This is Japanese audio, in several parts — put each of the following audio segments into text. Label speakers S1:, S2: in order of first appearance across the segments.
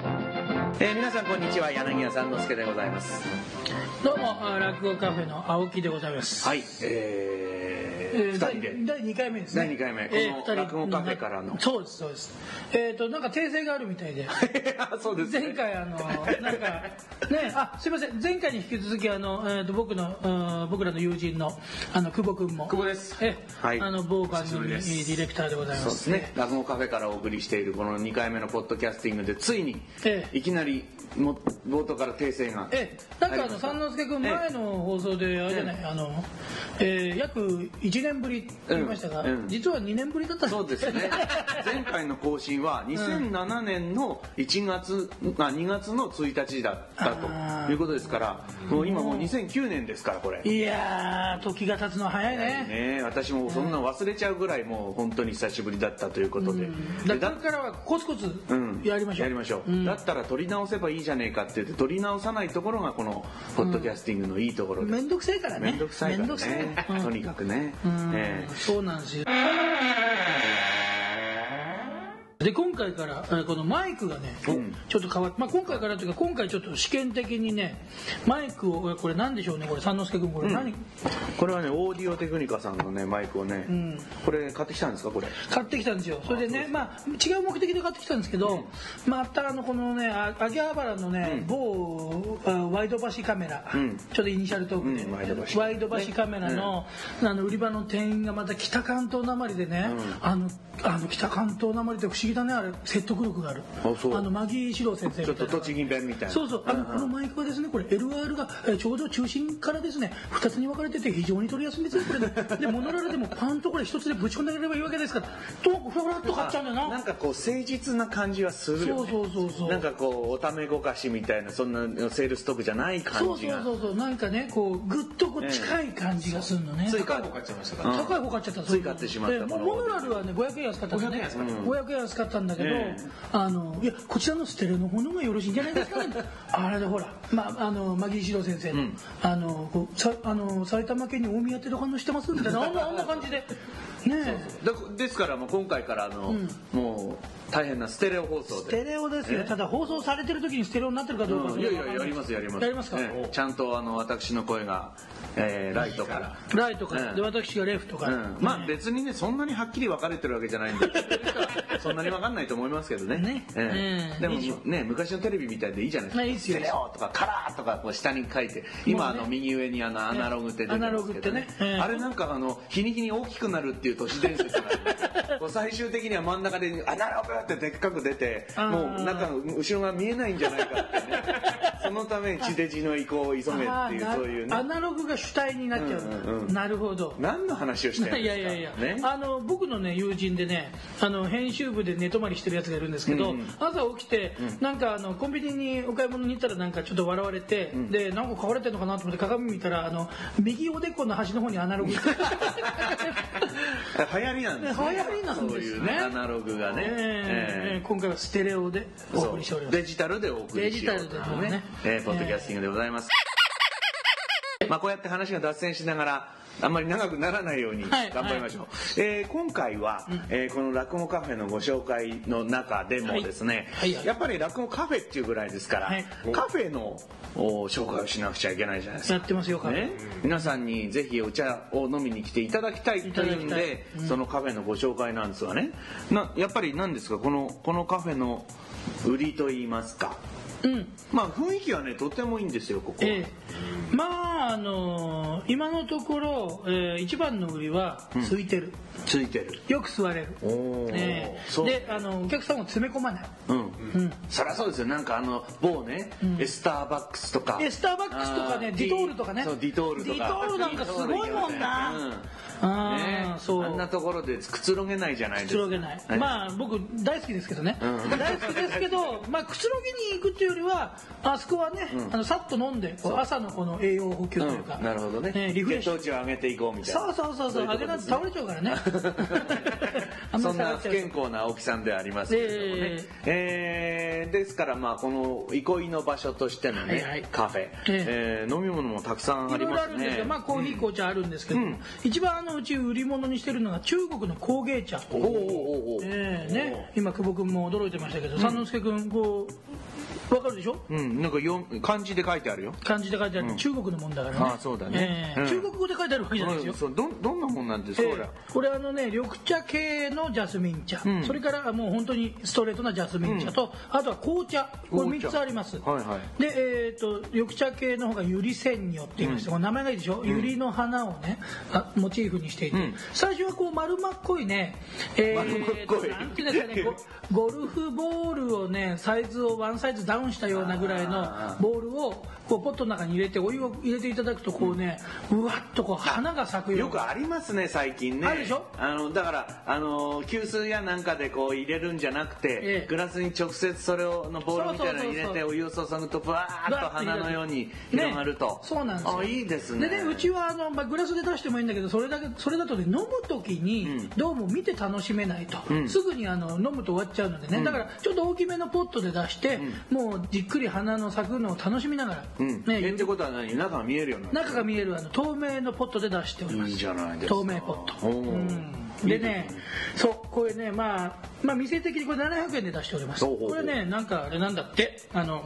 S1: えー皆さんこんにちは柳家三之助でございます
S2: どうもあー落語カフェの青木でございます。
S1: はいえ
S2: え
S1: ー、
S2: ー
S1: 2人で
S2: 第第二回目ですね。
S1: 第二回目
S2: えー
S1: この
S2: 二人
S1: 落語カフェからの
S2: そうですそうです。えっ、となんか訂正があるみたいで。
S1: あ そうです、ね、
S2: 前回あのなんかねあすいません前回に引き続きあのえっ、と僕のうん僕らの友人のあの久保君も
S1: 久保です
S2: え
S1: はい
S2: あの某番組デ
S1: 久しぶりです
S2: ィレクターでございます。
S1: そうですね落語カフェからお送りしているこの2回目のポッドキャスティングでついに
S2: ええ
S1: いきなりも冒頭から訂正が
S2: えなんかあ
S1: りま
S2: の
S1: した
S2: 三之助君
S1: ええ
S2: 前の放送であれじゃない、あの、えー約1年ぶりって言いましたが、
S1: うんうん
S2: 実は2年ぶりだったん
S1: そうです ね前回の更新は2007年の1月、あ2月の1日だった
S2: あ
S1: と
S2: ー
S1: いうことですからもう今もう2009年ですからこれ
S2: いやー時が経つのは早いね
S1: ね、私もそんな忘れちゃうぐらいもう本当に久しぶりだったということで,で、
S2: だか
S1: だ
S2: らこれからはコツコツ
S1: うん
S2: やりましょう、ん
S1: だったら取り直せばいいじゃねえかって言って取り直さないところがこのポッドキャスティングのいいところで
S2: め
S1: す、
S2: んどくさいからね
S1: めんどくさいか
S2: めんど
S1: ら
S2: くさい
S1: ね、
S2: うん
S1: とにかくね、
S2: うん
S1: ええ
S2: そうなんですよで今回からえーこのマイクがね、
S1: うん
S2: ちょっと変わって、まあ、今回からというか今回ちょっと試験的にねマイクをこれ何でしょうねこれ三之助君これ何、
S1: これはねオーディオテクニカさんのねマイクをね、
S2: ん
S1: これ買ってきたんですかこれ
S2: 買ってきたんですよそれでねまあ違う目的で買ってきたんですけど、またあのこのねあ秋葉原のね、某あワイドバシカメラ、
S1: うん
S2: ちょっとイニシャルトークで、
S1: うんワイドバシ
S2: ワイドバシカメラの,、あの売り場の店員がまた北関東なまりでね、あのあの北関東なまりって不思議だねあれ説得力がある
S1: あそう
S2: のマギー四郎先生み
S1: ち
S2: た
S1: ょ
S2: い
S1: っ
S2: な
S1: と栃木弁みたいな
S2: そうそうあのこのマイクはですねこれ LR がえーちょうど中心からですね2つに分かれてて非常に取りやすいんですよこれねでモノラルでもパンとこれ1つでぶち込んであげればいいわけですからとふらっと買っちゃうんだよな
S1: なんかこう誠実な感じはするよ、ね、
S2: そうそうそうそう
S1: なんかこうおためごかしみたいなそんなセールストークじゃない
S2: そ
S1: 感
S2: う
S1: じ
S2: そ
S1: が
S2: うそうそうなんかねこうぐっとこう近い感じがするのね、
S1: つい買っ
S3: 買っちゃいましたから、
S2: 高い方買っちゃった
S1: つい買ってしまった
S2: ええ
S1: この
S2: モノラルはね500円安かったですね
S3: 500円安かった
S2: 500円安かったんだけど、
S1: え
S2: あのいやこちらのステレオの方の方がよろしいんじゃないで すかねあれでほら、まあ、あのマギーシロ先生の,、あのこうさあの埼玉県に大宮って旅館のしてますみたいなあんなあんな感じでねえ
S1: だですからもう今回からあの、もう大変なステレオ放送
S2: ステ
S1: で。
S2: レオですよ、
S1: ええ
S2: ただ放送されてる時にステレオになってるかどうかは
S1: うんいやいややりますやります
S2: やりますか、
S1: ええちゃんとあの私の声が、えーライトから
S2: ライトから、
S1: ええ
S2: で私がレフトから、
S1: うん、まあ別にねそんなにはっきり分かれてるわけじゃないんで そんなに分かんないと思いますけどね
S2: ね
S1: ええ
S2: うん
S1: で
S2: いいでしょ
S1: もね昔のテレビみたいでいいじゃないですか
S2: ねいいっすよ
S1: ステレオとかカラーとかこう下に書いて今
S2: も
S1: あ
S2: うね
S1: の右上にあのアナログって出てますけど
S2: アナログってねうん
S1: あれなんかあの日に日に大きくなるっていう都市伝説があ るんですよこう最終的には真ん中でアナログってでっかく出て
S2: あー
S1: もう中の後ろが見えないんじゃないかってねそのため地デジの移行を急め
S2: あ
S1: っ
S2: あ
S1: ていう
S2: な
S1: そういう
S2: ア
S1: ね
S2: ナログが主体になっちゃう、
S1: うんうんう
S2: なるほど
S1: 何の話をしてるんですか
S2: いやいやいや、
S1: ね
S2: あの僕のね友人でねあの編集部で寝泊まりしてるやつがいるんですけど、
S1: うんうん
S2: 朝起きて、なんかあのコンビニにお買い物に行ったらなんかちょっと笑われて、でなんか買われてるのかなと思って鏡見たらあの右おでこの端の方にアナロ グ
S1: 流行りなんですね
S2: 流行りなんですね
S1: そういうねアナログがね、
S2: ええ
S1: ええ
S2: 今回はステレオでお送りしております
S1: デジタルでお送りしようという
S2: デジタルでね
S1: ええポッドキャスティングでございます、まあこうやって話が脱線しながらあんまり長くならないように
S2: はい
S1: 頑張りましょう、ええ今回は、ええこの落語カフェのご紹介の中でもですね、
S2: はいはい
S1: やっぱり落語カフェっていうぐらいですから、
S2: はい
S1: カフェのお紹介をしなくちゃいけないじゃないですか
S2: やってますよカフェ
S1: ね、皆さんにぜひお茶を飲みに来ていただきたいというん
S2: いただき
S1: で、そのカフェのご紹介なんですがねなやっぱり何ですかこのこのカフェの売りといいますか
S2: うん
S1: まあ雰囲気はねとてもいいんですよここ、
S2: ええまああの今のところ、ええ一番の売りは空いてる、
S1: ついてる
S2: よく座れる
S1: おー
S2: ええ
S1: そう
S2: であのお客さんを詰め込まない
S1: うん、そりゃそうですよなんかあの某ね、エスターバックスとか
S2: えスターバックスとかね
S1: あ
S2: ディトールとかね
S1: そうディトールとか
S2: ディトールなんかすごいもんな、
S1: うん
S2: あ
S1: ね
S2: あ、そう
S1: あんなところでくつろげないじゃないで
S2: く
S1: す
S2: つ
S1: か
S2: ろげない、
S1: ええ
S2: まあ僕大好きですけどね、
S1: うん
S2: 大好きですけど、まあ、くつろぎに行くっていうよりはあそこはね、あのさっと飲んでこう朝のこの栄養補給というか、
S1: うんなるほどね
S2: リフレッシュ
S1: 血糖値を上げていこうみたいな
S2: そうそうそうそう
S1: とこ
S2: 揚げ
S1: で
S2: なんて
S1: す
S2: 倒れちゃうからね あ
S1: そん
S2: まり
S1: な
S2: 下がっ
S1: 不
S2: ちゃう
S1: 健康な青木さんではありますけれどもね、えーですからまあこの憩いの場所としてのね、
S2: はいはい
S1: カフェ、え
S2: え
S1: ー飲み物もたくさんあ
S2: い
S1: り
S2: ろい
S1: ま
S2: ろあ
S1: す
S2: るんです
S1: ね
S2: よ、まあ、コーヒー紅茶あるんですけど、
S1: うん
S2: 一番あのうち売り物にしてるのが中国の工芸茶
S1: おおおおおお
S2: ええね、今久保君も驚いてましたけど、三之助君こうわかるでしょ
S1: うん、なんかよ漢字で書いてあるよ。
S2: 漢字で書いてあって、中国のもんだからね
S1: あそうだね
S2: ええ
S1: うん
S2: 中国語で書いてあるわけじゃないですよ、
S1: うんそうどんどんな本なんですか、
S2: え
S1: これ
S2: え。これあのね緑茶系のジャスミン茶、
S1: ん
S2: それからもう本当にストレートなジャスミン茶と、あとは紅茶これ
S1: 紅茶
S2: 3つあります、
S1: はいはい
S2: で、えー、と緑茶系の方がユリセンニョって言いまして、これ名前がいいでしょ、ユリの花をねあモチーフにしていて、
S1: ん
S2: 最初はこう丸まっこいね、えー
S1: 丸まっこい
S2: なんていうんですかね ゴゴルフボールをねサイズをワンサイズダウンしたようなぐらいのボールをこうポットの中に入れてお湯を入れていただくとこうね、うわっとこう花が咲くよ
S1: よ
S2: うな
S1: くありますね最近ね
S2: あるでしょ
S1: あのだからあの給水やなんかでこう入れるんじゃなくて、
S2: ええ
S1: グラスに直接それをのボールみたいなの入れ
S2: そうそうそう
S1: て
S2: そう
S1: お湯を注ぐとふわーっと花のように広がると、
S2: ねそうなんですよ
S1: あいいですね
S2: でねうちはあの、まあ、グラスで出してもいいんだけどそれだけそれだとね飲む時にどうも見て楽しめないと、すぐにあの飲むと終わっちゃうのでね、だからちょっと大きめのポットで出して、もうじっくり花の咲くのを楽しみながら、
S1: うん
S2: ね
S1: えってことは何中が見えるようになる
S2: 中が見えるあの透明のポットで出しております
S1: いいじゃないですか
S2: 透明ポット、
S1: おー
S2: うんでねそうこれねまあまあ店的にこれ700円で出しております
S1: ほうほうほう
S2: これねなんかあれなんだってあの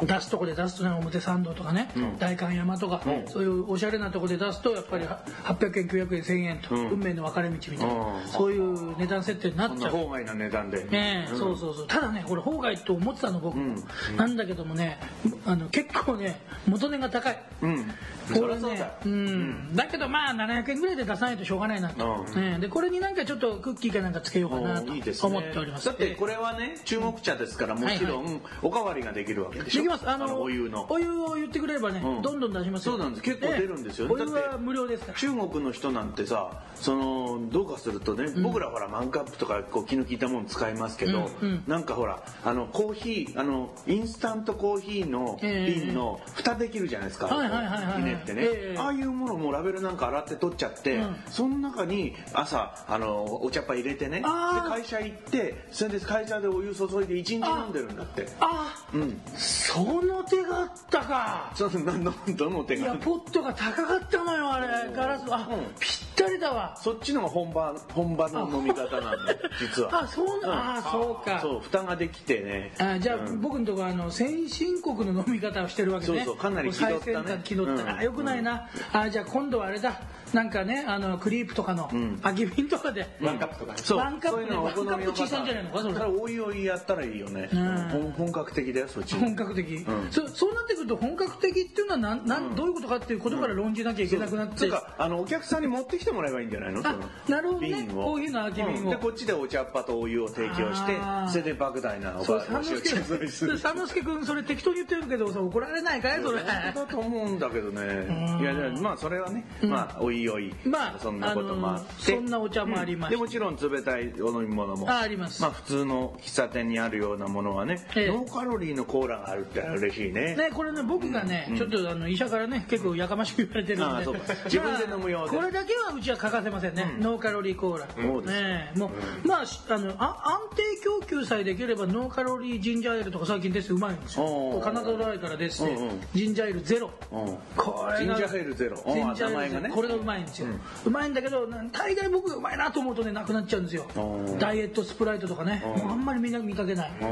S2: 出すとこで出すとね表参道とかね、代官山とか、
S1: うん
S2: そういうおしゃれなとこで出すとやっぱりは800円900円1000円と、
S1: ん
S2: 運命の分かれ道みたいな、
S1: うん
S2: そういう値段設定にな
S1: こ
S2: っ
S1: ん
S2: ちゃ
S1: な
S2: う
S1: 郊外な値段で、
S2: ねえそうそうそうただねこれ法外と思ってたの僕も、なんだけどもねあの結構ね元値が高い、
S1: うん
S2: こ
S1: り
S2: れ
S1: ゃそうだ
S2: ね
S1: よ、
S2: うん、だけどまあ700円ぐらいで出さないとしょうがないなと、
S1: う
S2: ねえでこれになんかちょっとクッキーかなんかつけようかなと
S1: いいですね
S2: 思っております
S1: だってこれはね中国茶ですからもちろんおかわりができるわけでし
S2: で
S1: ょ
S2: きますあの
S1: お湯の
S2: お湯を言ってくれればね、
S1: うん
S2: どんどん出しますよ
S1: そうなんです結構出るんですよね
S2: ええお湯
S1: だっ
S2: は
S1: て
S2: 無料ですから
S1: 中国の人なんてさそのどうかするとね、僕らほらマンカップとかこう気の利いたもの使いますけど、
S2: うんうん
S1: なんかほらあのコーヒーあのインスタントコーヒーの
S2: ええ
S1: 瓶の蓋できるじゃないですか、
S2: はいはいはいは
S1: ひ
S2: い
S1: ねってね、
S2: ええ
S1: ああいうものもラベルなんか洗って取っちゃって、
S2: うん
S1: その中に朝あのお茶っ葉入れてねで
S2: あー
S1: 会社行ってそれで会社でお湯注いで1日飲んでるんだって
S2: あ
S1: うん
S2: その手があったか
S1: そのななどの手
S2: いや
S1: が
S2: ポットが高かったのよあれガラスあ、
S1: うん
S2: ぴったりだわ
S1: そっちのが本場本場の飲み方なん だよ実は
S2: あそうな、あそうか
S1: そう蓋ができてね
S2: あじゃあ、
S1: うん
S2: 僕のとこはあの先進国の飲み方をしてるわけね
S1: そうそうかなり気取ったね
S2: 最先端気取ったね
S1: うん
S2: あよくないな、あじゃあ今度はあれだなんかねあのクリープとかの空き瓶とかで、
S1: うん
S3: ワンカップとかね
S1: そう
S2: ワンカップね
S1: そういうのはお好みの
S2: ワンカップ小さいんじゃないのかそれ
S1: だからおいおいやったらいいよね、
S2: ん
S1: 本本格的だよそっち
S2: 本格的、
S1: ん
S2: そそうなってくると本格的っていうのはなんなん、どういうことかっていうことから論じなきゃいけなくなって、
S1: つうかあのお客さんに持ってきてもらえばいいんじゃないの
S2: あなるほどね
S1: 瓶を
S2: コーヒーの空き瓶を
S1: うんでこっちでお茶っ葉とお湯を提供して
S2: あー
S1: それで莫大なお
S2: そう
S1: ば
S2: 三
S1: お仕
S2: 之
S1: 置きを
S2: 助
S1: す
S2: 君
S1: る
S2: 三之助君それ適当に言ってるけどさ怒られないかいそれ
S1: 本当だと思うんだけどねいやいやまあそれはね、まあおいおい、
S2: まあ
S1: そんなこともあっ
S2: あ
S1: て、
S2: のそんなお茶もありまして
S1: でもちろん冷たいお飲み物も
S2: ああります
S1: まあ普通の喫茶店にあるようなものはね、
S2: ええ
S1: ノーカロリーのコーラがあるって嬉しいね
S2: ね、これね僕がね、ちょっとあの医者からね結構やかましく言われてるんで
S1: ああそうか自分で飲むようで
S2: まあこれだけはうちは欠かせませんね、ノーカロリーコーラ
S1: そうです
S2: ねもう、まあしあのあ安定供給さえできればノーカロリージンジャーエールとか最近ですうまいんです
S1: おうお
S2: よ
S1: う
S2: カナダドライからですし、
S1: うんうん
S2: ジンジャーエールゼロ、
S1: うん
S2: これが
S1: ジンジャーエールゼロうん
S2: ジンジャーエールゼロ
S1: 名前がね
S2: これがうまいんですよ、うまいんだけどなん大概僕がうまいなと思うとねなくなっちゃうんですよ
S1: おう
S2: ダイエットスプライトとかねもうあんまりみんな見かけない、
S1: うん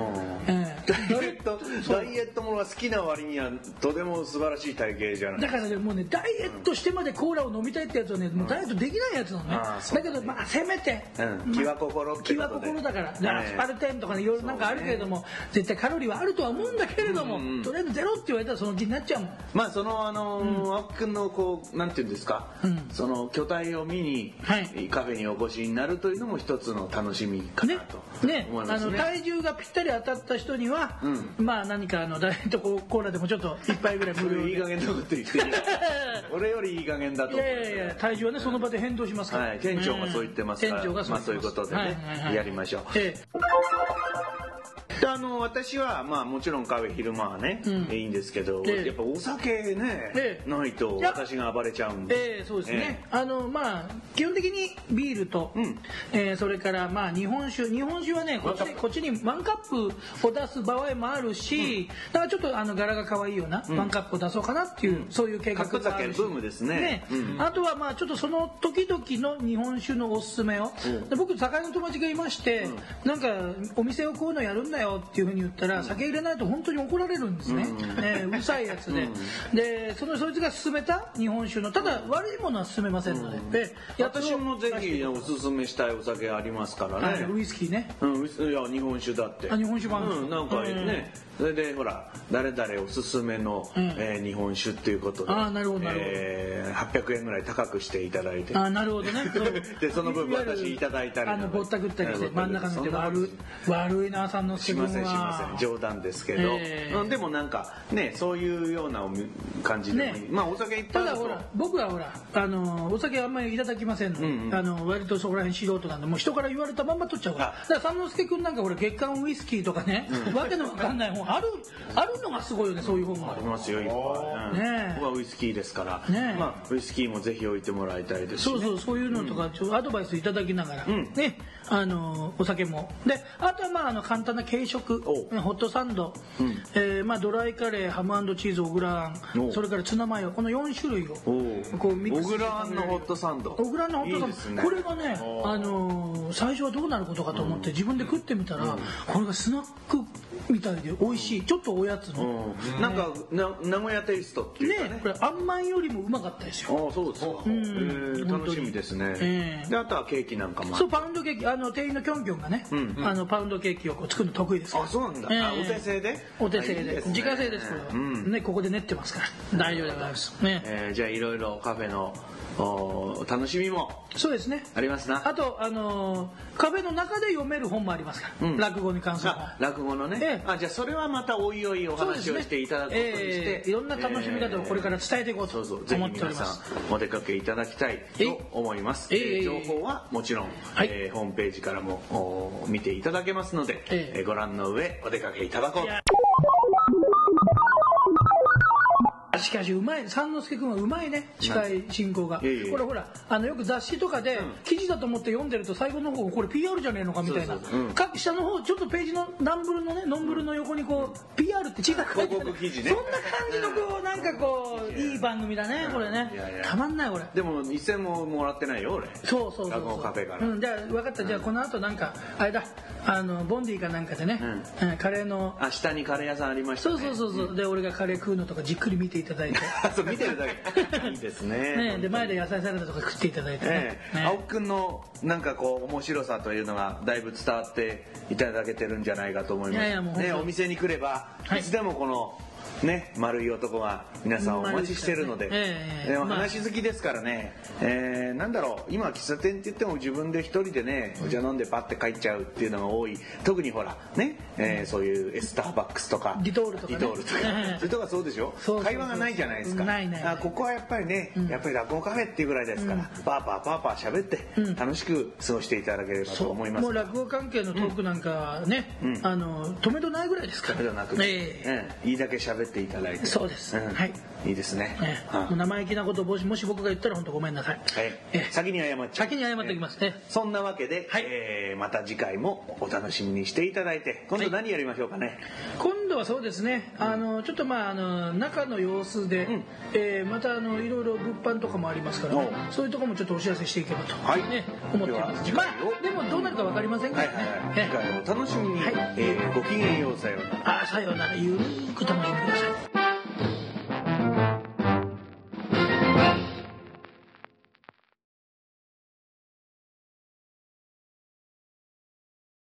S2: ええ
S1: ダイエットダイエットものが好きな割にはとても素晴らしい体型じゃない
S2: だからねもうねダイエットしてまでコーラを飲みたいってやつはねもうダイエットできないやつなのね、
S1: ああそう
S2: だ
S1: だ
S2: け
S1: ね
S2: どまあせめて、
S1: うん気は心って
S2: 気
S1: こ
S2: は
S1: とで
S2: 心だから
S1: ええ
S2: でアスパルテンとかねいろいろなんかあるけれども、絶対カロリーはあるとは思うんだけれども、とりあえずゼロって言われたらその気になっちゃうもん
S1: まあそのあのー青木君のこうなんていうんですか、
S2: ん
S1: その巨体を見に、
S2: はい
S1: カフェにお越しになるというのも一つの楽しみか
S2: ね
S1: なと
S2: ね
S1: 思いま
S2: あ
S1: す
S2: の
S1: ね。
S2: 体重がぴったり当たった人には、まあ何かあのダイエットコーラでもちょっと一杯ぐらい無料
S1: いい
S2: で
S1: 加減なこと言って る俺よりいい加減だと
S2: い
S1: 思う
S2: やいやいや体重はねその場で変動しますから、
S1: はい、店長がそう言ってますから、
S2: 店長がそう
S1: まあ
S2: 言ってます
S1: そういうことでね、
S2: はいはいはい
S1: やりましょう。
S2: ええ
S1: であの私はまあもちろんカフェ昼間はね、
S2: うん
S1: いいんですけど、
S2: ええ
S1: やっぱお酒ね、
S2: ええ
S1: ないと
S2: いや
S1: 私が暴れちゃうんで、
S2: ええそうですね
S1: え、
S2: あのまあ基本的にビールと、
S1: ん
S2: えーそれからまあ日本酒日本酒はねこっちこっちにワンカップを出す場合もあるし、だからちょっとあの柄が可愛いようなワンカップを出そうかなっていう、そういう計画
S1: カップ
S2: があ
S1: 酒
S2: るし
S1: ブームですねうん
S2: あとはまあちょっとその時々の日本酒のおすすめを、で僕酒屋の友達がいまして、なんかお店をこういうのやるんだよよっていうふうに言ったら、酒入れないと本当に怒られるんですね、ねうるさいやつで、でそのそいつが勧めた日本酒のただ悪いものは勧めませんので、でやっと
S1: 私もぜひおすすめしたいお酒ありますからね、
S2: はいウイスキーね
S1: うん、いや日本酒だって
S2: あ日本酒もあるんです
S1: うん、なんかね、それでほら誰々おすすめの、
S2: ん
S1: えー日本酒っていうことで
S2: あーなるほどなるほど
S1: えー800円ぐらい高くしていただいて
S2: あなるほどね
S1: でその分
S2: わゆる
S1: 私いただいたり
S2: あ
S1: なんか
S2: のぼったくったりして
S1: えー
S2: 真ん中の手
S1: そんな
S2: 悪い悪いなさんの
S1: しませんしません
S2: ん
S1: 冗談ですけど、
S2: えー
S1: うんでもなんかねそういうようなおみ感じでもいい、
S2: ね
S1: まあお酒いっぱ
S2: た
S1: いあ
S2: だ
S1: る
S2: ほ
S1: と
S2: ら僕はほらあのお酒あんまりいただきませんの、
S1: んうん
S2: あの割とそこら辺素人なんでもう人から言われたまんま取っちゃうからだから三之助君なんかほら月刊ウイスキーとかね、わけのわかんない本あるあるのがすごいよねそういう本が
S1: ありますよいっぱい、うん
S2: ねえ
S1: 僕はウイスキーですから、
S2: ねえ
S1: まあ、ウイスキーもぜひ置いてもらいたいですし
S2: そうそうそういうのとかちょっとアドバイスいただきながら、
S1: ん
S2: ねあのお酒もであとはまああの簡単な軽食
S1: おう
S2: ねホットサンド、えーまあ、ドライカレーハムチーズオグラ
S1: お
S2: ン
S1: う
S2: それからツナマヨこの4種類を
S1: お
S2: こうミッ
S1: お
S2: ク
S1: 小
S2: スして
S1: 倉のホットサンド
S2: 小倉のホットサンド
S1: いいですね
S2: これがね、
S1: お
S2: あのー最初はどうなることかと思って自分で食ってみたら、これがスナックみたいで美味しい、ちょっとおやつの、
S1: うんなんかな名古屋テイストっていうかね
S2: ねこれあんまんよりもうまかったですよ
S1: ああそうですか、えー楽しみですね、
S2: ええ
S1: であとはケーキなんかもあ
S2: そうパウンドケーキあの店員のキョンキョンがね、あのパウンドケーキをこう作るの得意ですから
S1: あそうなんだ、
S2: ええ
S1: あお手製で
S2: お手製
S1: あいい
S2: で
S1: ですね
S2: 自家製ですこれは、
S1: うん
S2: ねここで練ってますから大丈夫でございますね、
S1: えーじゃあいろいろカフェのお楽しみも
S2: そうですね
S1: ありますな
S2: あとあのー壁の中で読める本もありますから、
S1: うん
S2: 落語に関する本
S1: あ落語のね、
S2: ええ
S1: あじゃあそれはまたおいおいお
S2: そうです
S1: 話
S2: ね
S1: をしていただくことにして、
S2: えーいろんな楽しみ方をこれから伝えていこうと
S1: そうそうぜ
S2: 思っ
S1: ひ
S2: てお
S1: 皆
S2: りま
S1: さ
S2: す、
S1: んお出かけいただきたいと思います、え
S2: えいえい
S1: ー情報はもちろん、
S2: はい
S1: えーホームページからもお見ていただけますので、
S2: ええ
S1: えーご覧の上お出かけいただこう
S2: いやしかしうまい三之助君はうまいね近い進行が
S1: いえいえ
S2: これほらあのよく雑誌とかで記事だと思って読んでると最後の方これ PR じゃねえのかみたいな
S1: そうそうそううん
S2: か下の方ちょっとページのナンブルのねノンブルの横にこう PR って小さく書いてあ
S1: 広
S2: る
S1: 告記事ね
S2: そんな感じのこうなんかこういい番組だねこれね
S1: いやいや
S2: たまんないこれ
S1: でも一銭ももらってないよ俺
S2: そうそうそうそう
S1: 落語カフェから、
S2: うん、じゃあ分かったじゃあこの後なんかあれだあのボンディかなんかでね、
S1: う
S2: うんカレーの
S1: あ下にカレー屋さんありましたね
S2: そうそうそうそう、で俺がカレー食うのとかじっくり見ていただいて
S1: あ そう見てるだ けいいですね
S2: ねで前で野菜サラダとか食っていただいてね
S1: ええ
S2: ね
S1: 青木くんのなんかこう面白さというのがだいぶ伝わっていただけてるんじゃないかと思います
S2: いやいやもう本当に
S1: ね、お店に来れば、
S2: はい
S1: い、つでもこのね丸い男が皆さんをお待ちしてるので
S2: 丸いですからねええ
S1: でも
S2: まあ
S1: 話好きですからね、えーなんだろう今喫茶店って言っても自分で一人でねお茶飲んでパッて帰っちゃうっていうのが多い特にほらね、えーそういうエスターバックスとか
S2: リトールとかね
S1: リトールとか
S2: ええ
S1: それとかそうでしょ
S2: そうそうそう
S1: 会話がないじゃないですか
S2: ないないない
S1: あここはやっぱりね、やっぱり落語カフェっていうぐらいですから、パーパーパーパー喋って、楽しく過ごしていただければと思います
S2: もう落語関係のトークなんかはね、あの止めどないぐらいですか
S1: それ
S2: ら
S1: ではなく、
S2: ええ
S1: うん、いいだけ喋っていただいて
S2: そうです
S1: ん
S2: はい
S1: いいですね、
S2: ええもう
S1: は
S2: 生意気なことをもしもし僕が言ったら本当ごめんなさい、
S1: いはい
S2: ええ
S1: 先に謝っちゃう
S2: 先に謝っておきますね、
S1: そんなわけで、
S2: はい
S1: えーまた次回もお楽しみにしていただいて今度何やりましょうかね、
S2: 今度はそうですね、あのちょっとまああの中の様子で、
S1: ん
S2: えーまたあのいろいろ物販とかもありますから、
S1: おう
S2: そういうところもちょっとお知らせしていけばと、
S1: はい
S2: ね、思っています
S1: で
S2: ま
S1: は
S2: あでもどうなるかわかりませんか
S1: はい
S2: ら
S1: は
S2: ね
S1: いはい、次
S2: え
S1: 回をお楽しみに、
S2: はい
S1: えーごきげんようさようなら
S2: ああさようならゆるーく楽しみ